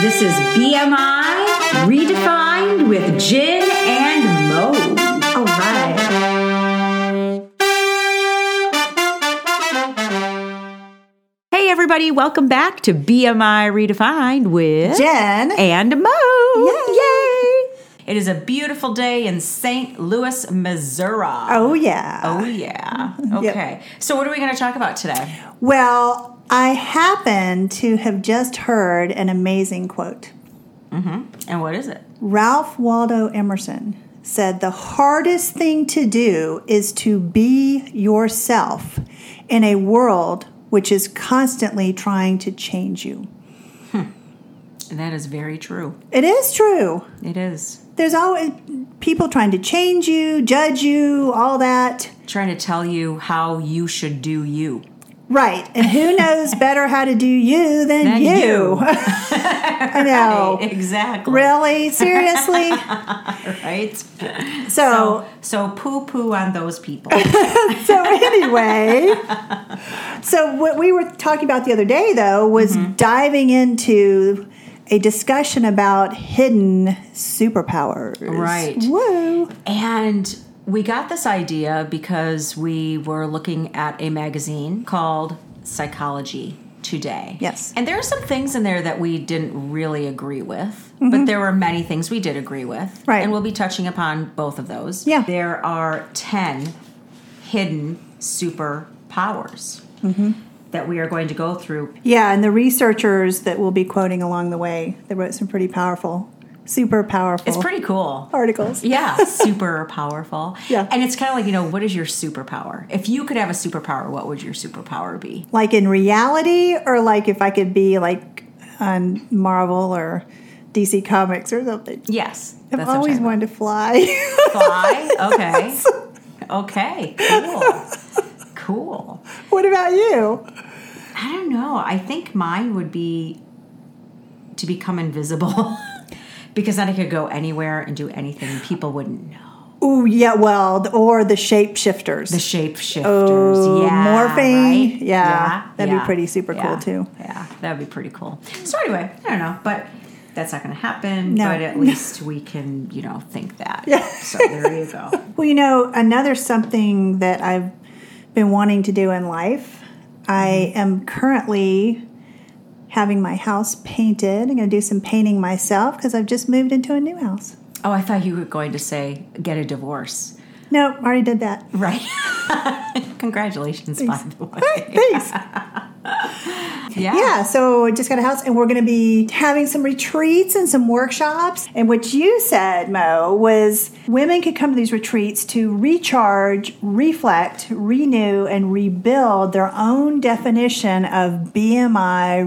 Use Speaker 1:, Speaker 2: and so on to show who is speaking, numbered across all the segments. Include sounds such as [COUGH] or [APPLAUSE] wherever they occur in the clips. Speaker 1: This is BMI Redefined with Jin and Mo.
Speaker 2: All right.
Speaker 1: Hey, everybody, welcome back to BMI Redefined with
Speaker 2: Jen.
Speaker 1: and Mo.
Speaker 2: Yay.
Speaker 1: It is a beautiful day in St. Louis, Missouri.
Speaker 2: Oh, yeah.
Speaker 1: Oh, yeah.
Speaker 2: Yep.
Speaker 1: Okay. So, what are we going to talk about today?
Speaker 2: Well, I happen to have just heard an amazing quote.
Speaker 1: And what is it?
Speaker 2: Ralph Waldo Emerson said, The hardest thing to do is to be yourself in a world which is constantly trying to change you.
Speaker 1: That is very true.
Speaker 2: It is true.
Speaker 1: It is.
Speaker 2: There's always people trying to change you, judge you, all that.
Speaker 1: Trying to tell you how you should do you.
Speaker 2: Right. And
Speaker 1: [LAUGHS]
Speaker 2: who knows better how to do you than,
Speaker 1: Than
Speaker 2: you?
Speaker 1: you.
Speaker 2: [LAUGHS] I
Speaker 1: [LAUGHS]
Speaker 2: know.
Speaker 1: Exactly.
Speaker 2: Oh.
Speaker 1: [LAUGHS]
Speaker 2: Really? Seriously?
Speaker 1: Right?
Speaker 2: So,
Speaker 1: So, poo poo on those people.
Speaker 2: so anyway, so what we were talking about the other day though was
Speaker 1: Mm-hmm.
Speaker 2: diving into a discussion about hidden superpowers.
Speaker 1: Right.
Speaker 2: Woo.
Speaker 1: And we got this idea because we were looking at a magazine called Psychology Today.
Speaker 2: Yes.
Speaker 1: And there are some things in there that we didn't really agree with, but there were many things we did agree with.
Speaker 2: Mm-hmm. Right.
Speaker 1: And we'll be touching upon both of those.
Speaker 2: Yeah.
Speaker 1: There are 10 hidden superpowers
Speaker 2: Mm-hmm.
Speaker 1: that we are going to go through.
Speaker 2: Yeah, and the researchers that we'll be quoting along the way, they wrote some pretty powerful, super powerful
Speaker 1: It's pretty
Speaker 2: [LAUGHS]
Speaker 1: cool.
Speaker 2: articles.
Speaker 1: Yeah, super powerful.
Speaker 2: Yeah.
Speaker 1: And it's kind of like, you know, what is your superpower? If you could have a superpower, what would your superpower be?
Speaker 2: Like in reality or like if I could be like on Marvel or DC Comics or something.
Speaker 1: Yes.
Speaker 2: I've always
Speaker 1: wanted
Speaker 2: wanted to fly. [LAUGHS]
Speaker 1: to fly. Okay. Okay. Cool. Cool.
Speaker 2: what about you?
Speaker 1: I don't know. I think mine would be to become invisible [LAUGHS] because then I could go anywhere and do anything and people wouldn't know.
Speaker 2: Oh yeah, well, th- or the shapeshifters.
Speaker 1: The shapeshifters.
Speaker 2: Oh,
Speaker 1: yeah.
Speaker 2: morphing.
Speaker 1: right?
Speaker 2: Yeah, that'd be pretty super cool,
Speaker 1: yeah,
Speaker 2: too.
Speaker 1: Yeah. That'd be pretty cool. So anyway, I don't know, but that's not going to happen,
Speaker 2: No.
Speaker 1: but at least we can, you know, think that. Yeah. So there you go.
Speaker 2: well, you know, another something that I've been wanting to do in life. I am currently having my house painted. I'm going to do some painting myself because I've just moved into a new house.
Speaker 1: Oh, I thought you were going to say get a divorce.
Speaker 2: No, already did that. [LAUGHS]
Speaker 1: Right. [LAUGHS] Congratulations, by the way.
Speaker 2: Thanks.
Speaker 1: Yeah.
Speaker 2: Yeah, so I just got a house and we're going to be having some retreats and some workshops. And what you said, Mo, was women could come to these retreats to recharge, reflect, renew, and rebuild their own definition of BMI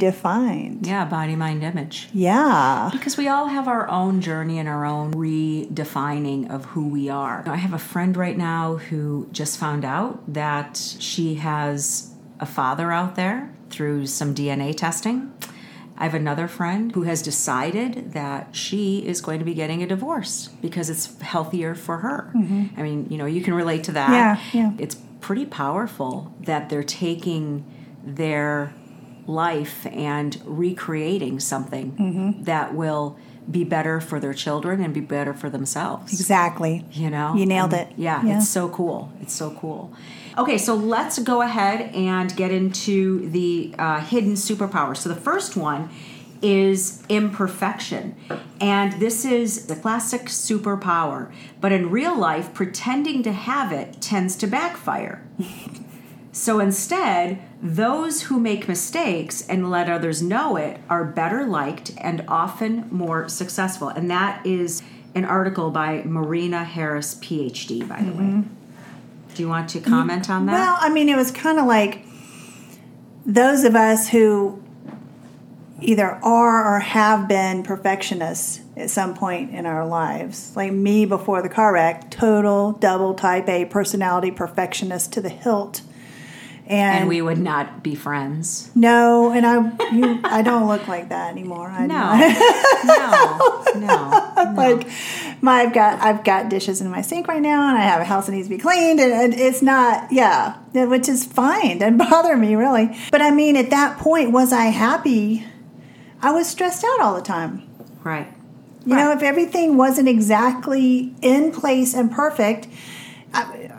Speaker 2: redefined.
Speaker 1: Yeah, body, mind, image.
Speaker 2: Yeah.
Speaker 1: Because we all have our own journey and our own redefining of who we are. I have a friend right now who just found out that she has a father out there through some DNA testing. I have another friend who has decided that she is going to be getting a divorce because it's healthier for her. I mean, you know, you can relate to that.
Speaker 2: Yeah, Mm-hmm. yeah.
Speaker 1: It's pretty powerful that they're taking their life and recreating something that will be better for their children and be better for themselves.
Speaker 2: Exactly.
Speaker 1: You know?
Speaker 2: You nailed
Speaker 1: And,
Speaker 2: it.
Speaker 1: Yeah,
Speaker 2: Yeah.
Speaker 1: it's so cool. It's so cool. Okay, so let's go ahead and get into the uh, hidden superpower. So the first one is imperfection. And this is the classic superpower. But in real life, pretending to have it tends to backfire. So instead, those who make mistakes and let others know it are better liked and often more successful. And that is an article by Marina Harris, PhD, by the way. Do you want to comment on that?
Speaker 2: Well, I mean, it was kind of like those of us who either are or have been perfectionists at some point in our lives. Like me before the car wreck, total double type A personality perfectionist to the hilt. And,
Speaker 1: and we would not be friends.
Speaker 2: no, and I you, I don't look like that anymore. I [LAUGHS]
Speaker 1: No. no. No.
Speaker 2: like my I've got I've got dishes in my sink right now, and I have a house that needs to be cleaned, and, and it's not yeah, yeah, which [LAUGHS] is fine. Doesn't bother me really. But I mean, at that point, was I happy? I was stressed out all the time.
Speaker 1: Right.
Speaker 2: You know,
Speaker 1: Right.
Speaker 2: if everything wasn't exactly in place and perfect, I,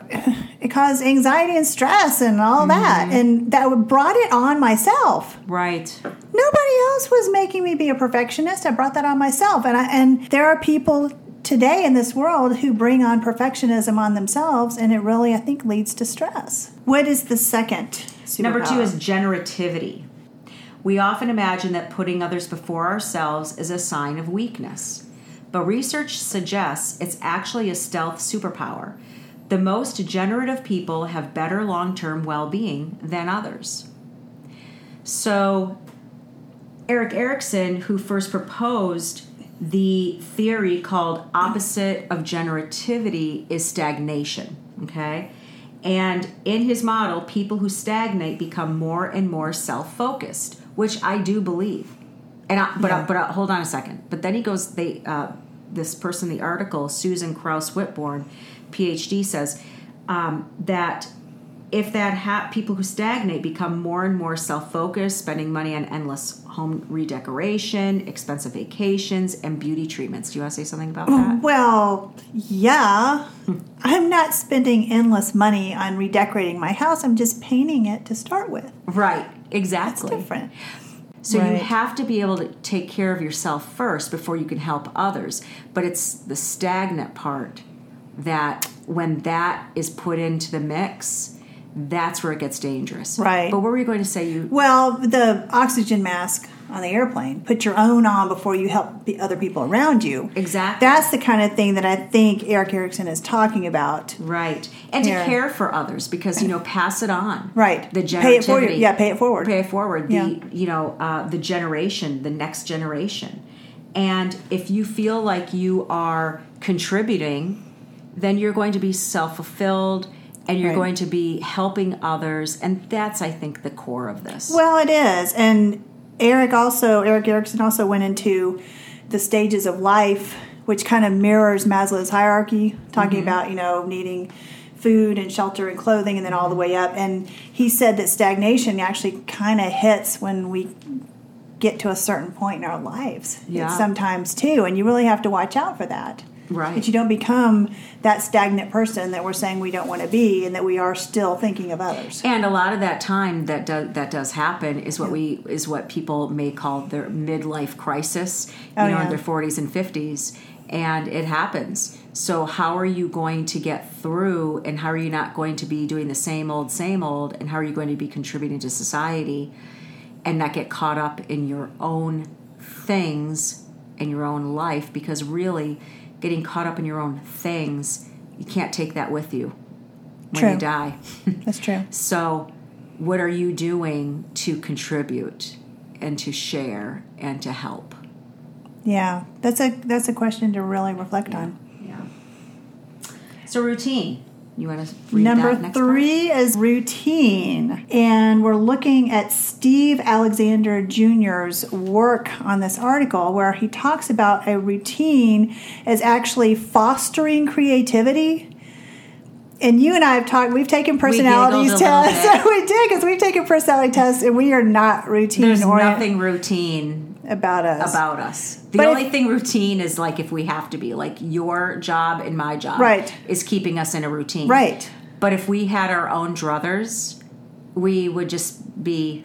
Speaker 2: it caused anxiety and stress and all that.
Speaker 1: Mm-hmm.
Speaker 2: And that would- brought it on myself.
Speaker 1: Right.
Speaker 2: Nobody else was making me be a perfectionist. I brought that on myself. And, I, and there are people today in this world who bring on perfectionism on themselves. And it really, I think, leads to stress. What is the second?
Speaker 1: Number two
Speaker 2: superpower?
Speaker 1: is generativity. We often imagine that putting others before ourselves is a sign of weakness, but research suggests it's actually a stealth superpower. The most generative people have better long term well being than others. So, Eric Erickson, who first proposed the theory called opposite of generativity is stagnation, okay? And in his model, people who stagnate become more and more self-focused, which I do believe. And I, but I, but I, hold on a second. But then he goes they uh, this person in the article, Susan Krauss Whitborn, PhD says um, that if that ha- people who stagnate become more and more self-focused spending money on endless home redecoration expensive vacations and beauty treatments do you want to say something about that
Speaker 2: Well, yeah. I'm not spending endless money on redecorating my house. I'm just painting it to start with.
Speaker 1: right exactly
Speaker 2: Different.
Speaker 1: so you
Speaker 2: Right.
Speaker 1: have to be able to take care of yourself first before you can help others but it's the stagnant part that when that is put into the mix that's where it gets dangerous
Speaker 2: Right.
Speaker 1: but what were you going to say you
Speaker 2: Well, the oxygen mask on the airplane, put your own on before you help the other people around you.
Speaker 1: Exactly.
Speaker 2: That's the kind of thing that I think Eric Erickson is talking about.
Speaker 1: Right. And
Speaker 2: Yeah.
Speaker 1: to care for others because, you know, pass it on.
Speaker 2: Right.
Speaker 1: The generativity.
Speaker 2: Pay it forward. Yeah, pay it forward.
Speaker 1: Pay it forward. The,
Speaker 2: Yeah.
Speaker 1: you know, uh, the generation, the next generation. And if you feel like you are contributing, then you're going to be self fulfilled and you're
Speaker 2: Right.
Speaker 1: going to be helping others. And that's, I think, the core of this.
Speaker 2: Well, it is, and Eric also Eric Erickson also went into the stages of life, which kind of mirrors Maslow's hierarchy, talking
Speaker 1: Mm-hmm.
Speaker 2: about you know needing food and shelter and clothing, and then all the way up. And he said that stagnation actually kind of hits when we get to a certain point in our lives.
Speaker 1: Yeah.
Speaker 2: sometimes too, and you really have to watch out for that.
Speaker 1: Right.
Speaker 2: That you don't become that stagnant person that we're saying we don't want to be, and that we are still thinking of others.
Speaker 1: And a lot of that time that does that does happen is what we is what people may call their midlife crisis. You
Speaker 2: Oh,
Speaker 1: know,
Speaker 2: yeah.
Speaker 1: in their forties and fifties, and it happens. So how are you going to get through, and how are you not going to be doing the same old, same old, and how are you going to be contributing to society, and not get caught up in your own things in your own life? Because really, getting caught up in your own things, you can't take that with you when
Speaker 2: True.
Speaker 1: you die.
Speaker 2: That's true.
Speaker 1: So, what are you doing to contribute and to share and to help?
Speaker 2: Yeah, that's a that's a question to really reflect on.
Speaker 1: Yeah. So, routine. You want to read
Speaker 2: Number
Speaker 1: that next part?
Speaker 2: three is routine, and we're looking at Steve Alexander Jr.'s work on this article, where he talks about a routine as actually fostering creativity. And you and I have talked. We've taken personalities
Speaker 1: giggled a little
Speaker 2: tests. [LAUGHS] we did because we've taken personality tests, and we are not routine
Speaker 1: There's
Speaker 2: oriented
Speaker 1: nothing routine
Speaker 2: about us.
Speaker 1: about us. The
Speaker 2: But
Speaker 1: only
Speaker 2: if-
Speaker 1: thing routine is like if we have to be, like your job and my job
Speaker 2: Right.
Speaker 1: is keeping us in a routine.
Speaker 2: Right.
Speaker 1: But if we had our own druthers, we would just be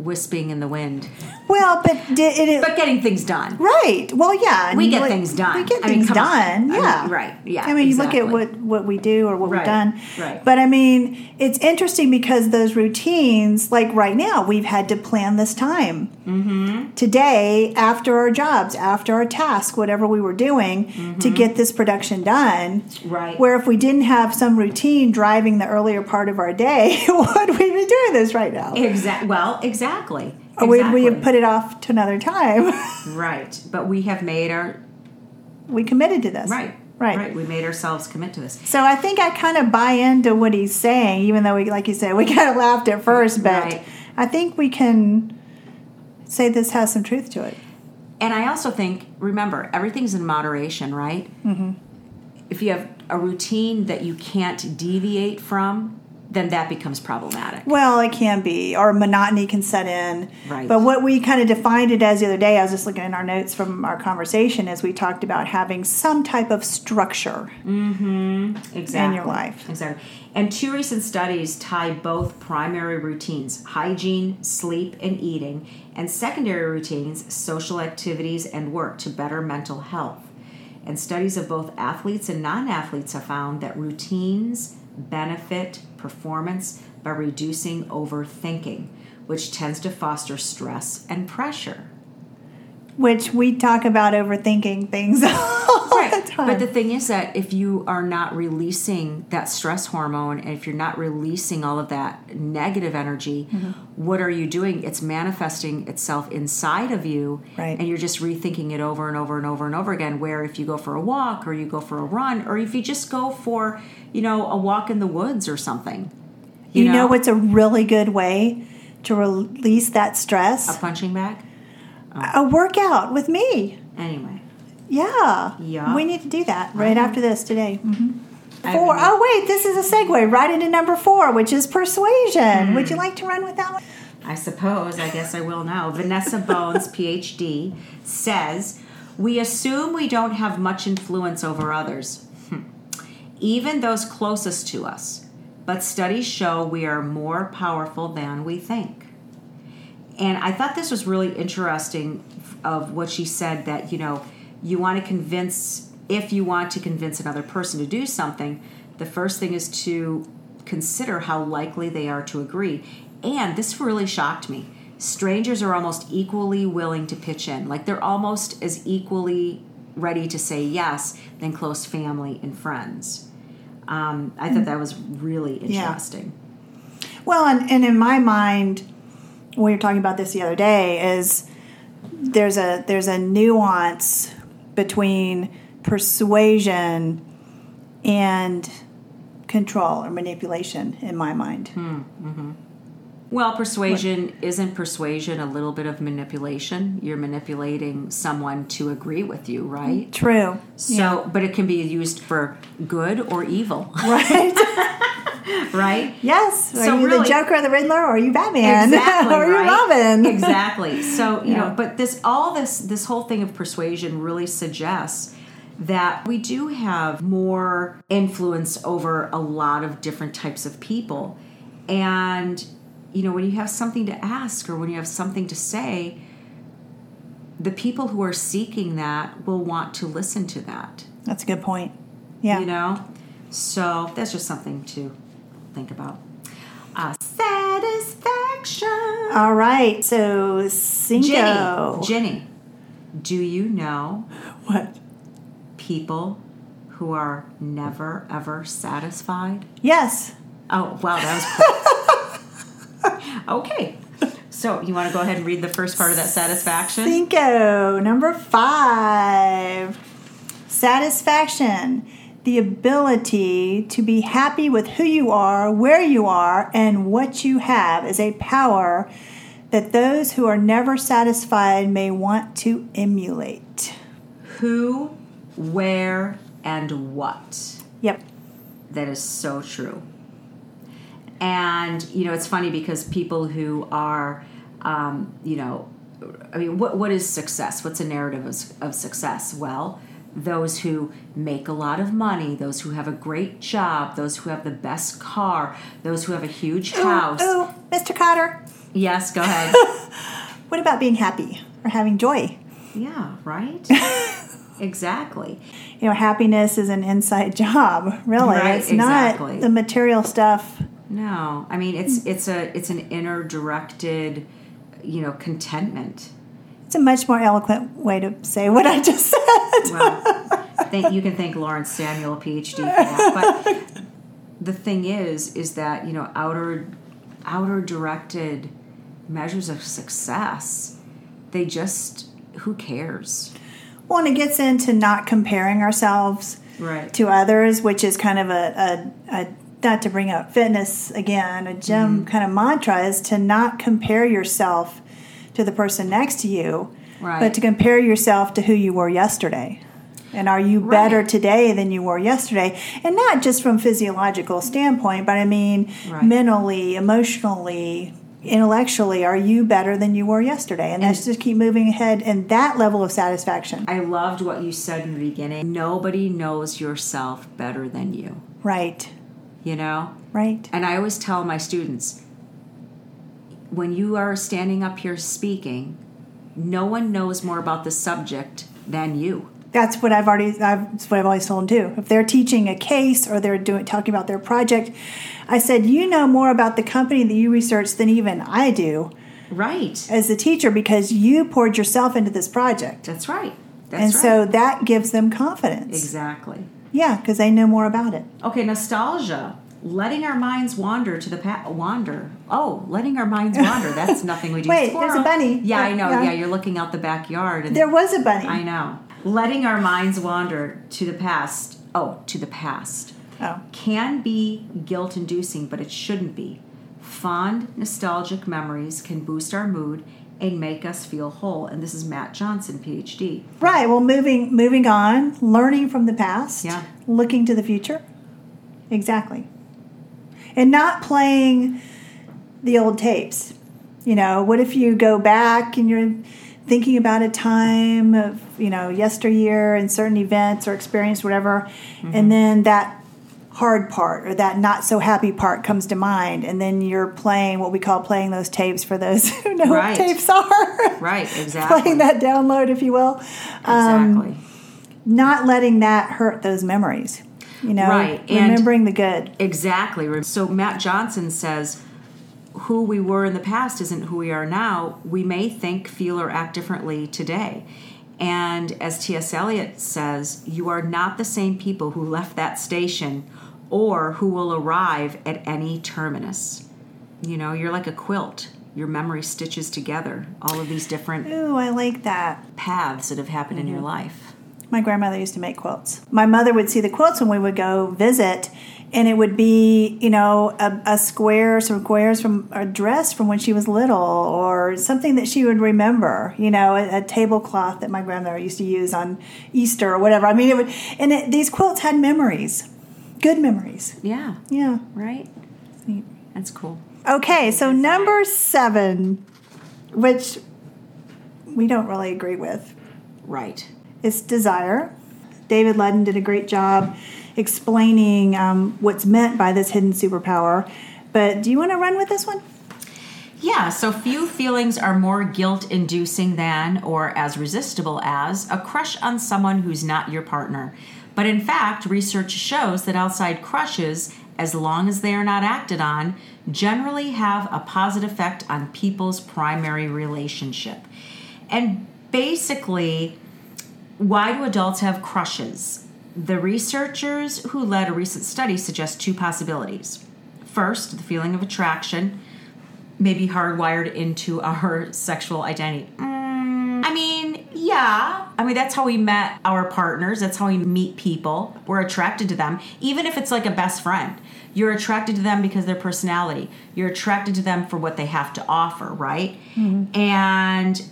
Speaker 1: wisping in the wind,
Speaker 2: well, but did it,
Speaker 1: but getting things done.
Speaker 2: Right. Well, yeah. and
Speaker 1: We get
Speaker 2: like-
Speaker 1: things done.
Speaker 2: We get
Speaker 1: I mean,
Speaker 2: things
Speaker 1: come on.
Speaker 2: done.
Speaker 1: I mean,
Speaker 2: Yeah.
Speaker 1: right. Yeah,
Speaker 2: I mean, you look
Speaker 1: exactly.
Speaker 2: at what what we do or what
Speaker 1: Right,
Speaker 2: we've done.
Speaker 1: right.
Speaker 2: But I mean, it's interesting because those routines, like right now, we've had to plan this time
Speaker 1: Mm-hmm.
Speaker 2: today after our jobs, after our task, whatever we were doing to
Speaker 1: Mm-hmm.
Speaker 2: get this production done.
Speaker 1: Right.
Speaker 2: Where if we didn't have some routine driving the earlier part of our day, [LAUGHS] would we be doing this right now?
Speaker 1: Exactly. Well, exactly.
Speaker 2: Or would we
Speaker 1: Exactly.
Speaker 2: have put it off to another time? [LAUGHS]
Speaker 1: Right, but we have made our
Speaker 2: we committed to this.
Speaker 1: right,
Speaker 2: Right.
Speaker 1: We made ourselves commit to this.
Speaker 2: So I think I kind of buy into what he's saying, even though we, like you said, we [LAUGHS] kind of laughed at first, but
Speaker 1: Right.
Speaker 2: I think we can say this has some truth to it.
Speaker 1: And I also think, remember, everything's in moderation, right? Mm-hmm. If you have a routine that you can't deviate from, then that becomes problematic.
Speaker 2: Well, it can be, or monotony can set in.
Speaker 1: Right.
Speaker 2: But what we kind of defined it as the other day, I was just looking in our notes from our conversation, as we talked about having some type of structure.
Speaker 1: Exactly.
Speaker 2: life.
Speaker 1: Exactly. And two recent studies tie both primary routines, hygiene, sleep, and eating, and secondary routines, social activities, and work, to better mental health. And studies of both athletes and non athletes have found that routines benefit performance by reducing overthinking, which tends to foster stress and pressure.
Speaker 2: Which we talk about overthinking things [LAUGHS] all the time.
Speaker 1: But the thing is that if you are not releasing that stress hormone and if you're not releasing all of that negative energy,
Speaker 2: Mm-hmm.
Speaker 1: what are you doing? It's manifesting itself inside of you
Speaker 2: Right.
Speaker 1: and you're just rethinking it over and over and over and over again. Where if you go for a walk or you go for a run or if you just go for, you know, a walk in the woods or something.
Speaker 2: you, know? what's a really good way to release that
Speaker 1: a
Speaker 2: stress?
Speaker 1: punching bag? Uh-huh.
Speaker 2: A, workout with me.
Speaker 1: Anyway.
Speaker 2: Yeah.
Speaker 1: Yeah.
Speaker 2: We need to do that right after this today. hmm
Speaker 1: Mm-hmm. I have
Speaker 2: Four.
Speaker 1: a-
Speaker 2: Oh, wait, this is a segue right into number four, which is persuasion.
Speaker 1: Mm.
Speaker 2: Would you like to run with that one?
Speaker 1: I suppose, I guess I will now. Vanessa Bones, PhD, says We assume we don't have much influence over others, Hmm. even those closest to us, but studies show we are more powerful than we think. And I thought this was really interesting of what she said that, you know, you want to convince, if you want to convince another person to do something, the first thing is to consider how likely they are to agree. And this really shocked me. Strangers are almost equally willing to pitch in, like they're almost as equally ready to say yes than close family and friends. Um, I thought that was really interesting.
Speaker 2: Well, and, and in my mind, we were talking about this the other day, is there's a there's a nuance between persuasion and control or manipulation in my mind.
Speaker 1: Hmm. Well, persuasion isn't persuasion a little bit of manipulation. You're manipulating someone to agree with you, right?
Speaker 2: True. [LAUGHS]
Speaker 1: So, but it can be used for good or evil, [LAUGHS]
Speaker 2: Right.
Speaker 1: right?
Speaker 2: yes.
Speaker 1: So
Speaker 2: are you the
Speaker 1: really-
Speaker 2: Joker or the Riddler or are you Batman? [LAUGHS]
Speaker 1: Exactly.
Speaker 2: or are you
Speaker 1: right?
Speaker 2: [LAUGHS] Robin?
Speaker 1: Exactly. So you
Speaker 2: Yeah.
Speaker 1: know, but this all this this whole thing of persuasion really suggests that we do have more influence over a lot of different types of people, and you know when you have something to ask or when you have something to say, the people who are seeking that will want to listen to that.
Speaker 2: That's a good point. Yeah.
Speaker 1: You know? So that's just something to think about. Uh, satisfaction.
Speaker 2: All right. So
Speaker 1: Jenny,
Speaker 2: Cinco.
Speaker 1: Jenny, do you know
Speaker 2: What?
Speaker 1: people who are never ever satisfied?
Speaker 2: Yes.
Speaker 1: Oh, wow, that was okay. So you want to go ahead and read the first part of that satisfaction?
Speaker 2: Cinco, number five. Satisfaction. The ability to be happy with who you are, where you are, and what you have is a power that those who are never satisfied may want to emulate.
Speaker 1: Who, where, and what?
Speaker 2: Yep.
Speaker 1: That is so true. And you know, it's funny because people who are, um, you know, I mean, what what is success? What's a narrative of, of success? Well, those who make a lot of money, those who have a great job, those who have the best car, those who have a huge
Speaker 2: Oh,
Speaker 1: house.
Speaker 2: Ooh, Mr. Cotter,
Speaker 1: Yes, go ahead.
Speaker 2: what about being happy or having joy?
Speaker 1: yeah, right. exactly.
Speaker 2: You know, happiness is an inside [LAUGHS] job, really.
Speaker 1: Right,
Speaker 2: it's
Speaker 1: exactly.
Speaker 2: not the material stuff.
Speaker 1: No, I mean it's it's a it's an inner directed, you know, contentment.
Speaker 2: It's a much more eloquent way to say what I just [LAUGHS] said.
Speaker 1: Well, thank, you can thank Lawrence Samuel, PhD, for that. But the thing is, is that you know outer outer directed measures of success, they just who cares,
Speaker 2: Well, and it gets into not comparing ourselves
Speaker 1: right?
Speaker 2: to others, which is kind of a, a, a not to bring up fitness again, a
Speaker 1: Mm-hmm.
Speaker 2: gym kind of mantra is to not compare yourself to the person next to you,
Speaker 1: Right.
Speaker 2: but to compare yourself to who you were yesterday. And are you better today than you were yesterday? And not just from physiological standpoint, but I mean
Speaker 1: Right.
Speaker 2: mentally, emotionally, intellectually, are you better than you were yesterday? And, that's just keep moving ahead and that level of satisfaction.
Speaker 1: I loved what you said in the beginning. Nobody knows yourself better than you,
Speaker 2: right.
Speaker 1: you know?
Speaker 2: Right.
Speaker 1: And I always tell my students when you are standing up here speaking, no one knows more about the subject than you.
Speaker 2: That's what I've already. I've, that's what I've always told them to do. If they're teaching a case or they're doing talking about their project, I said, you know more about the company that you researched than even I do
Speaker 1: Right.
Speaker 2: as a teacher because you poured yourself into this project,
Speaker 1: That's right.
Speaker 2: and
Speaker 1: That's right.
Speaker 2: so that gives them confidence.
Speaker 1: exactly.
Speaker 2: Yeah, because they know more about it.
Speaker 1: Okay, nostalgia. Letting our minds wander to the past. Wander. Oh, letting our
Speaker 2: [LAUGHS]
Speaker 1: minds wander. That's nothing we do.
Speaker 2: Wait, there's a bunny.
Speaker 1: Yeah, I know.
Speaker 2: Yeah.
Speaker 1: Yeah. you're looking out the backyard. And
Speaker 2: There was a bunny.
Speaker 1: I know. Letting our minds wander to the past. Oh, to the past.
Speaker 2: Oh,
Speaker 1: can be guilt inducing, but it shouldn't be. Fond, nostalgic memories can boost our mood and make us feel whole. And this is Matt Johnson, PhD.
Speaker 2: right. Well, moving moving on, learning from the past,
Speaker 1: Yeah.
Speaker 2: looking to the future, exactly, and not playing the old tapes. You know, what if you go back and you're thinking about a time of you know yesteryear and certain events or experience, whatever,
Speaker 1: Mm-hmm.
Speaker 2: and then that hard part or that not so happy part comes to mind and then you're playing what we call playing those tapes for those [LAUGHS] who know
Speaker 1: Right.
Speaker 2: what tapes are [LAUGHS]
Speaker 1: Right, exactly.
Speaker 2: playing that download, if you will. Um,
Speaker 1: exactly.
Speaker 2: Not letting that hurt those memories. You know,
Speaker 1: Right, and-
Speaker 2: remembering the good.
Speaker 1: Exactly. So Matt Johnson says who we were in the past isn't who we are now. We may think, feel, or act differently today. And as T.S. Eliot says, you are not the same people who left that station or who will arrive at any terminus. You know, you're like a quilt. Your memory stitches together all of these different
Speaker 2: Ooh, I like that.
Speaker 1: paths that have happened in your life.
Speaker 2: My grandmother used to make quilts. My mother would see the quilts when we would go visit, and it would be, you know, a, a square, some squares from a dress from when she was little, or something that she would remember. You know, a, a tablecloth that my grandmother used to use on Easter or whatever. I mean, it would, and it, these quilts had memories, good memories.
Speaker 1: Yeah,
Speaker 2: Yeah.
Speaker 1: right?
Speaker 2: Neat.
Speaker 1: That's cool.
Speaker 2: Okay, so number seven, which we don't really agree with,
Speaker 1: Right.
Speaker 2: is desire. David Ludden did a great job explaining um, what's meant by this hidden superpower. But do you want to run with this one?
Speaker 1: Yeah, so few feelings are more guilt inducing than, or as resistible as, a crush on someone who's not your partner. But in fact, research shows that outside crushes, as long as they are not acted on, generally have a positive effect on people's primary relationship. And basically, why do adults have crushes? The researchers who led a recent study suggest two possibilities. First, the feeling of attraction, maybe hardwired into [LAUGHS] our sexual identity. Mm, I mean, yeah. I mean, that's how we met our partners. That's how we meet people. We're attracted to them, even if it's like a best friend. You're attracted to them because of their personality. You're attracted to them for what they have to offer, right? And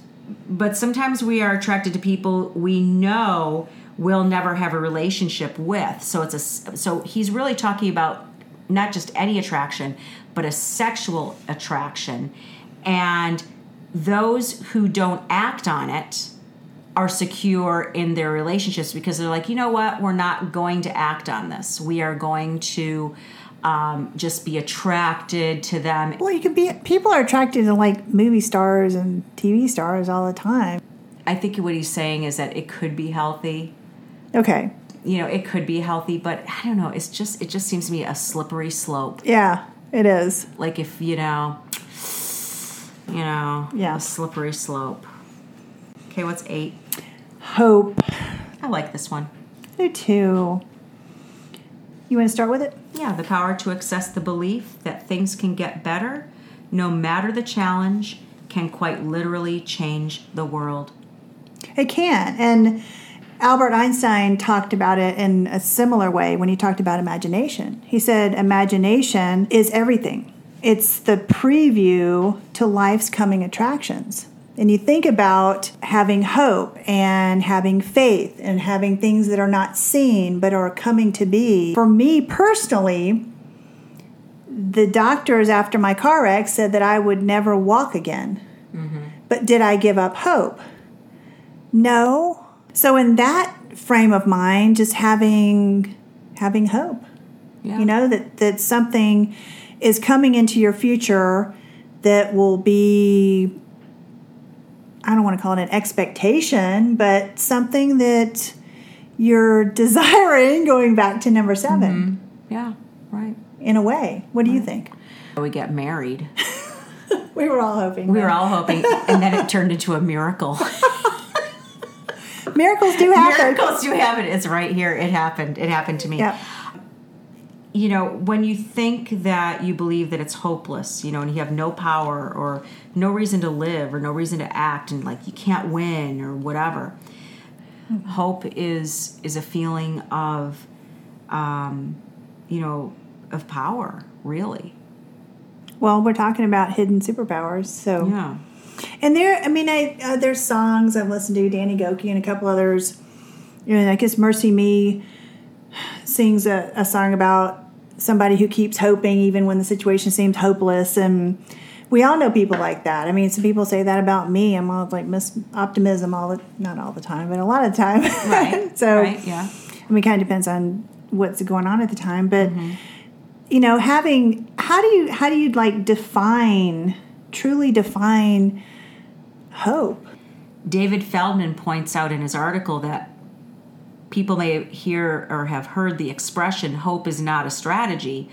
Speaker 1: but sometimes we are attracted to people we know we'll never have a relationship with. So it's a s- so he's really talking about not just any attraction, but a sexual attraction. And those who don't act on it are secure in their relationships because they're like, you know what, we're not going to act on this. We are going to um, just be attracted to them.
Speaker 2: Well, you could be. People are attracted to like movie stars and TV stars all the time.
Speaker 1: I think what he's saying is that it could be healthy.
Speaker 2: Okay.
Speaker 1: you know it could be healthy but i don't know it's just it just seems to me a slippery slope
Speaker 2: Yeah, it is.
Speaker 1: like if you know you know
Speaker 2: Yeah.
Speaker 1: a slippery slope okay what's eight
Speaker 2: Hope.
Speaker 1: i like this one
Speaker 2: Me too. You want to start with it?
Speaker 1: yeah the power to access the belief that things can get better no matter the challenge can quite literally change the world
Speaker 2: It can. And Albert Einstein talked about it in a similar way when he talked about imagination. He said, Imagination is everything, it's the preview to life's coming attractions. and you think about having hope and having faith and having things that are not seen but are coming to be, for me personally, the doctors after my car wreck said that I would never walk again. But did I give up hope? No. So in that frame of mind, just having having hope
Speaker 1: Yeah.
Speaker 2: you know that that something is coming into your future that will be i don't want to call it an expectation but something that you're [LAUGHS] desiring going back to number 7
Speaker 1: Yeah. Right.
Speaker 2: in a way what do you think
Speaker 1: We get
Speaker 2: [LAUGHS]
Speaker 1: married.
Speaker 2: we were all hoping
Speaker 1: We were all hoping, and then it turned into a
Speaker 2: [LAUGHS]
Speaker 1: miracle.
Speaker 2: miracles do happen
Speaker 1: Miracles do happen. It's right here. It happened. It happened to me.
Speaker 2: Yep.
Speaker 1: You know, when you think that you believe that it's hopeless, you know, and you have no power or no reason to live or no reason to act, and like you can't win or whatever. Hope is is a feeling of, um, you know, of power. Really.
Speaker 2: well we're talking about hidden superpowers so
Speaker 1: Yeah.
Speaker 2: And there, I mean, I uh, there's songs I've listened to, Danny Goki and a couple others. You know, I guess Mercy Me sings a, a song about somebody who keeps hoping even when the situation seems hopeless, and we all know people like that. I mean, some people say that about me. I'm all like miss optimism all the not all the time, but a lot of the time. [LAUGHS]
Speaker 1: Right.
Speaker 2: so
Speaker 1: Right. Yeah.
Speaker 2: I mean, kind of depends on what's going on at the time, but
Speaker 1: Mm-hmm.
Speaker 2: you know, having how do you how do you like define truly define hope?
Speaker 1: David Feldman points out in his article that people may hear or have heard the expression hope is not a strategy.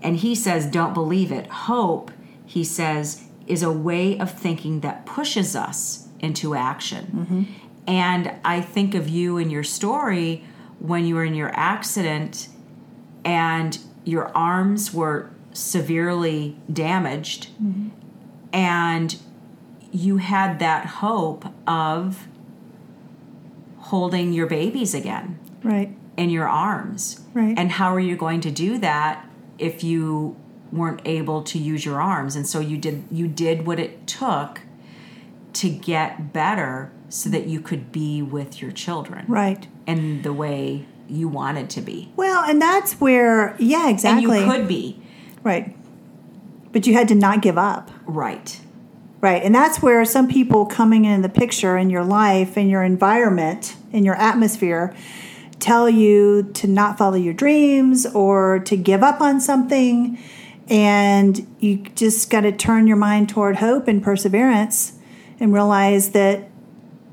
Speaker 1: And he says, don't believe it. Hope, he says, is a way of thinking that pushes us into action. And I think of you and your story when you were in your accident and your arms were severely damaged and you had that hope of holding your babies again
Speaker 2: Right.
Speaker 1: in your arms.
Speaker 2: Right.
Speaker 1: And how are you going to do that if you weren't able to use your arms? And so you did you did what it took to get better so that you could be with your children
Speaker 2: Right.
Speaker 1: in the way you wanted to be.
Speaker 2: Well, and that's where yeah, exactly.
Speaker 1: And you could be.
Speaker 2: right. But you had to not give up.
Speaker 1: Right.
Speaker 2: Right. And that's where some people coming in the picture in your life, in your environment, in your atmosphere, tell you to not follow your dreams or to give up on something. And you just got to turn your mind toward hope and perseverance and realize that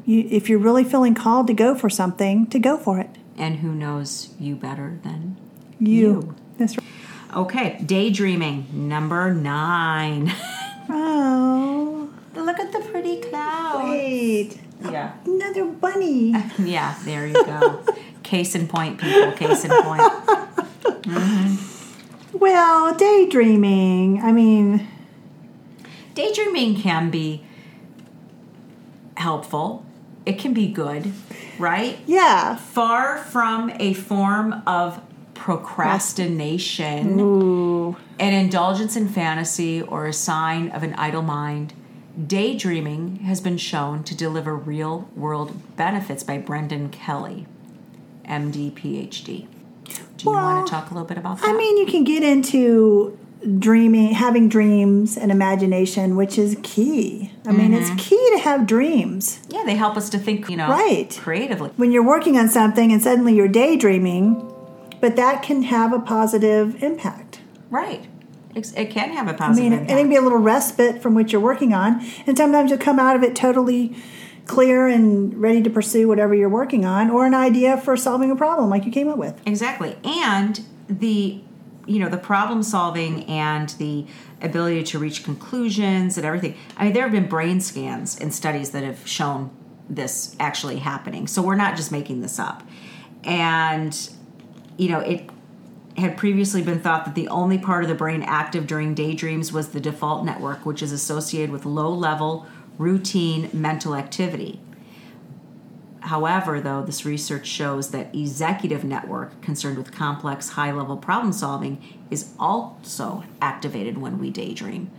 Speaker 2: you, if you're really feeling called to go for something, to go for it.
Speaker 1: And who knows you better than
Speaker 2: You.
Speaker 1: You.
Speaker 2: That's right.
Speaker 1: Okay, daydreaming number nine. [LAUGHS]
Speaker 2: Oh,
Speaker 1: Look at the pretty cloud.
Speaker 2: wait.
Speaker 1: Yeah.
Speaker 2: Another bunny.
Speaker 1: Yeah, there you go. case in point, people. Case in point.
Speaker 2: Well, daydreaming. I mean,
Speaker 1: Daydreaming can be helpful, it can be good, right?
Speaker 2: yeah.
Speaker 1: Far from a form of procrastination, an indulgence in fantasy, or a sign of an idle mind. Daydreaming has been shown to deliver real world benefits by Brendan Kelly, MD, PhD. Do you
Speaker 2: Well,
Speaker 1: want to talk a little bit about that?
Speaker 2: I mean, you can get into dreaming, having dreams and imagination, which is key. I mean, it's key to have dreams.
Speaker 1: Yeah, they help us to think, you know,
Speaker 2: Right.
Speaker 1: creatively.
Speaker 2: When you're working on something and suddenly you're daydreaming, but that can have a positive impact.
Speaker 1: Right. It's- It can have a
Speaker 2: I
Speaker 1: positive
Speaker 2: mean, it
Speaker 1: impact.
Speaker 2: can be a little respite from what you're working on, and sometimes you'll come out of it totally clear and ready to pursue whatever you're working on, or an idea for solving a problem like you came up with.
Speaker 1: exactly. And the you know, the problem solving and the ability to reach conclusions and everything. I mean, there have been brain scans and studies that have shown this actually happening. So we're not just making this up. And you know, it had previously been thought that the only part of the brain active during daydreams was the default network, which is associated with low level, routine mental activity. However, though, this research shows that executive network concerned with complex, high level problem solving is also activated when we daydream.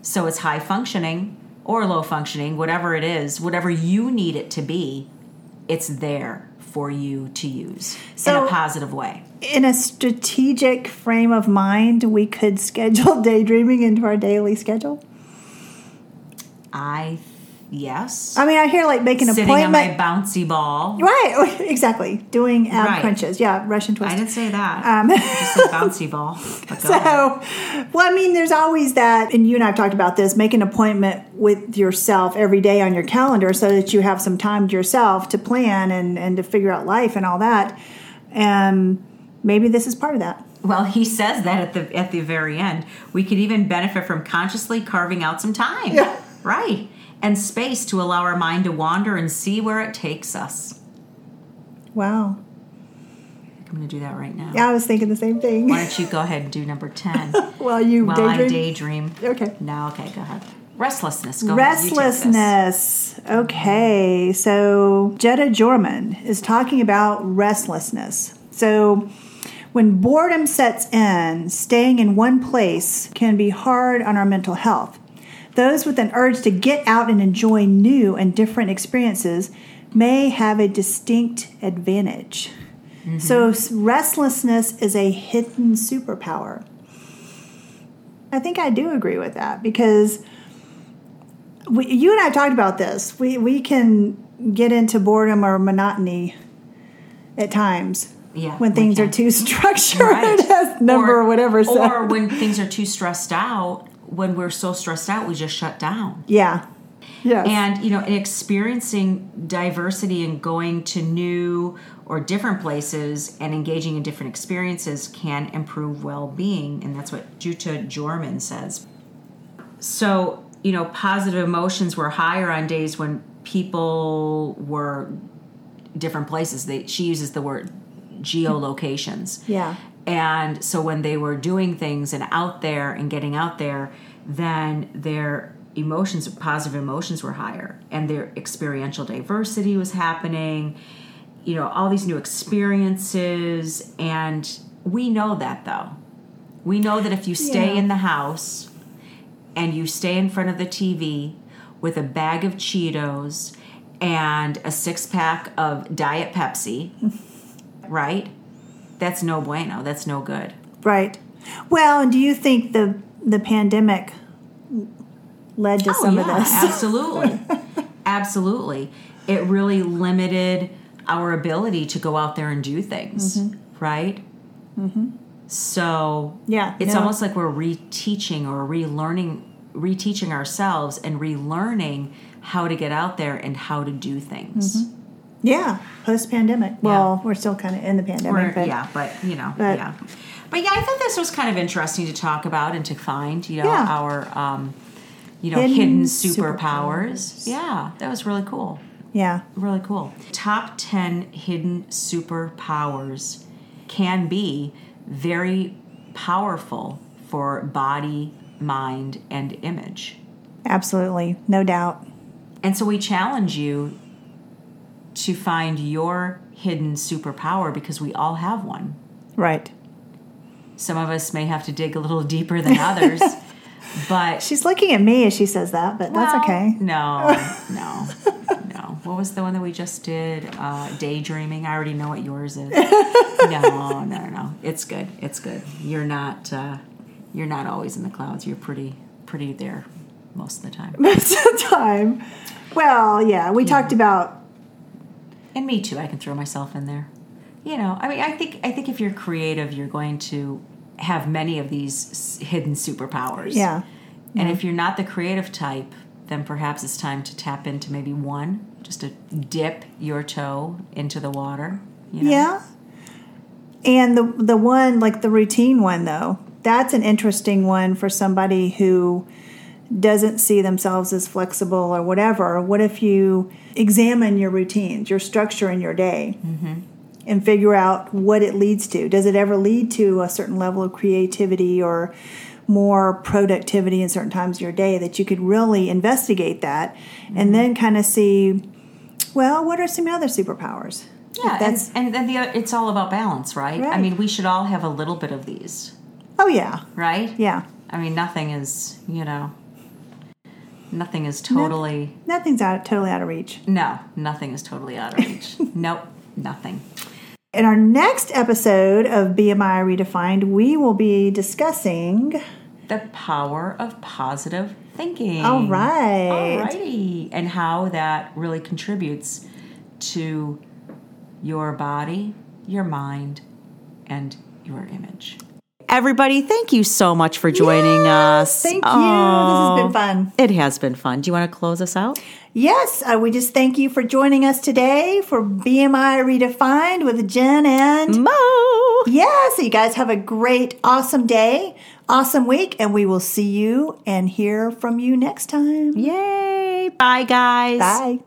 Speaker 1: So it's high functioning, or low functioning, whatever it is, whatever you need it to be, it's there for you to use in
Speaker 2: So-
Speaker 1: a positive way.
Speaker 2: in a strategic frame of mind, we could schedule [LAUGHS] daydreaming into our daily schedule.
Speaker 1: I, yes.
Speaker 2: I mean, I hear like making an
Speaker 1: Sitting on my
Speaker 2: appointment.
Speaker 1: bouncy ball.
Speaker 2: Right, [LAUGHS] exactly. Doing ab
Speaker 1: Right.
Speaker 2: crunches. Yeah, Russian
Speaker 1: I
Speaker 2: [LAUGHS] twist.
Speaker 1: didn't say that.
Speaker 2: Um,
Speaker 1: I just said bouncy
Speaker 2: [LAUGHS]
Speaker 1: ball. But go
Speaker 2: So,
Speaker 1: ahead.
Speaker 2: well, I mean, there's always that, and you and I have talked about this make an appointment with yourself every day on your calendar so that you have some time to yourself to plan and, and to figure out life and all that. And maybe this is part of that.
Speaker 1: Well, he says that at the at the very end. We could even benefit from consciously carving out some time.
Speaker 2: Yeah.
Speaker 1: Right. And space to allow our mind to wander and see where it takes us.
Speaker 2: Wow.
Speaker 1: I'm going to do that right now.
Speaker 2: Yeah, I was thinking the same thing.
Speaker 1: Why don't you go ahead and do number 10
Speaker 2: [LAUGHS] While you
Speaker 1: while I
Speaker 2: [LAUGHS] daydream.
Speaker 1: daydream?
Speaker 2: Okay.
Speaker 1: No, okay, go ahead. Restlessness. Go ahead, you take this.
Speaker 2: Restlessness. Okay, so Jetta Jorman is talking about restlessness. So, when boredom sets in, staying in one place can be hard on our mental health. Those with an urge to get out and enjoy new and different experiences may have a distinct advantage. So, s- restlessness is a hidden superpower. I think I do agree with that because we, you and I have talked about this. We we can get into boredom or monotony at times.
Speaker 1: Yeah,
Speaker 2: When
Speaker 1: we
Speaker 2: things are
Speaker 1: can.
Speaker 2: too [LAUGHS] structured [LAUGHS]
Speaker 1: Right.
Speaker 2: as number or, whatever. So
Speaker 1: Or when things are too stressed out, when we're so stressed out, we just shut down.
Speaker 2: yeah, yeah,
Speaker 1: and you know and experiencing diversity and going to new or different places and engaging in different experiences can improve well-being and that's what jutta jorman says so you know positive emotions were higher on days when people were different places they she uses the word geolocations
Speaker 2: Yeah.
Speaker 1: and so when they were doing things and out there and getting out there, then their emotions, positive emotions were higher and their experiential diversity was happening, you know, all these new experiences. And we know that though. We know that if you stay
Speaker 2: Yeah.
Speaker 1: in the house and you stay in front of the TV with a bag of Cheetos and a six pack of Diet Pepsi, [LAUGHS] right? That's no bueno. That's no good.
Speaker 2: right. Well, and do you think the the pandemic led
Speaker 1: Oh,
Speaker 2: to some of this? [LAUGHS]
Speaker 1: absolutely. absolutely. It really limited our ability to go out there and do things, right? Mm-hmm. So
Speaker 2: Yeah,
Speaker 1: it's
Speaker 2: no.
Speaker 1: almost like we're reteaching or relearning, reteaching ourselves and relearning how to get out there and how to do things.
Speaker 2: Mm-hmm. Yeah, post pandemic. Well, we're still kind of in the
Speaker 1: Or-
Speaker 2: pandemic, but
Speaker 1: yeah, but you know,
Speaker 2: but-
Speaker 1: yeah, but yeah, I thought this was kind of interesting to talk about and to find, you know,
Speaker 2: Yeah.
Speaker 1: our, um, you know,
Speaker 2: Hidden
Speaker 1: hidden, superpowers. Yeah, that was really cool,
Speaker 2: yeah,
Speaker 1: really cool. Top ten hidden superpowers can be very powerful for body, mind, and image.
Speaker 2: absolutely, no doubt.
Speaker 1: And so we challenge you to find your hidden superpower because we all have one.
Speaker 2: Right.
Speaker 1: Some of us may have to dig a little deeper than others, but
Speaker 2: She's looking at me as she says that, but that's
Speaker 1: well,
Speaker 2: okay.
Speaker 1: No, no, no. What was the one that we just did? Uh, daydreaming. I already know what yours is. No, no, no. It's good. It's good. You're not. Uh, you're not always in the clouds. You're pretty, pretty there most of the time.
Speaker 2: Most of the time. Well, yeah, we talked about
Speaker 1: and me too i can throw myself in there you know i mean i think i think if you're creative you're going to have many of these s- hidden superpowers
Speaker 2: Yeah.
Speaker 1: and if you're not the creative type then perhaps it's time to tap into maybe one just to dip your toe into the water you know?
Speaker 2: Yeah. And the the one like the routine one though. That's an interesting one for somebody who doesn't see themselves as flexible or whatever. What if you examine your routines, your structure in your day, and figure out what it leads to? Does it ever lead to a certain level of creativity or more productivity in certain times of your day that you could really investigate that and then kind of see, well, what are some other superpowers? If
Speaker 1: yeah
Speaker 2: that's
Speaker 1: and, and then the other, it's all about balance right? i
Speaker 2: Right.
Speaker 1: mean we should all have a little bit of these
Speaker 2: Oh yeah,
Speaker 1: right
Speaker 2: yeah,
Speaker 1: i mean nothing is you know Nothing is totally
Speaker 2: Nothing's out totally out of reach.
Speaker 1: no. Nothing is totally out of
Speaker 2: [LAUGHS]
Speaker 1: reach. nope. Nothing.
Speaker 2: In our next episode of BMI Redefined, we will be discussing.
Speaker 1: The power of positive thinking.
Speaker 2: All right.
Speaker 1: Alrighty. And how that really contributes to your body, your mind, and your image. Everybody, thank you so much for joining us.
Speaker 2: Thank
Speaker 1: Oh,
Speaker 2: you. This has been fun.
Speaker 1: It has been fun. Do you want to close us out?
Speaker 2: Yes, uh, we just thank you for joining us today for BMI Redefined with Jen and.
Speaker 1: Mo!
Speaker 2: Yeah, so you guys have a great, awesome day, awesome week, and we will see you and hear from you next time.
Speaker 1: Yay! Bye, guys.
Speaker 2: Bye.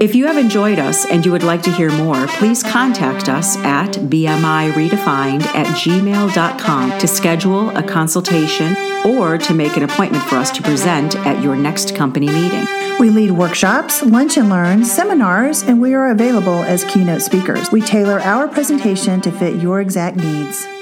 Speaker 1: If you have enjoyed us and you would like to hear more, please contact us at bmiredefined at gmail.com to schedule a consultation or to make an appointment for us to present at your next company meeting.
Speaker 2: We lead workshops, lunch and learns, seminars, and we are available as keynote speakers. We tailor our presentation to fit your exact needs.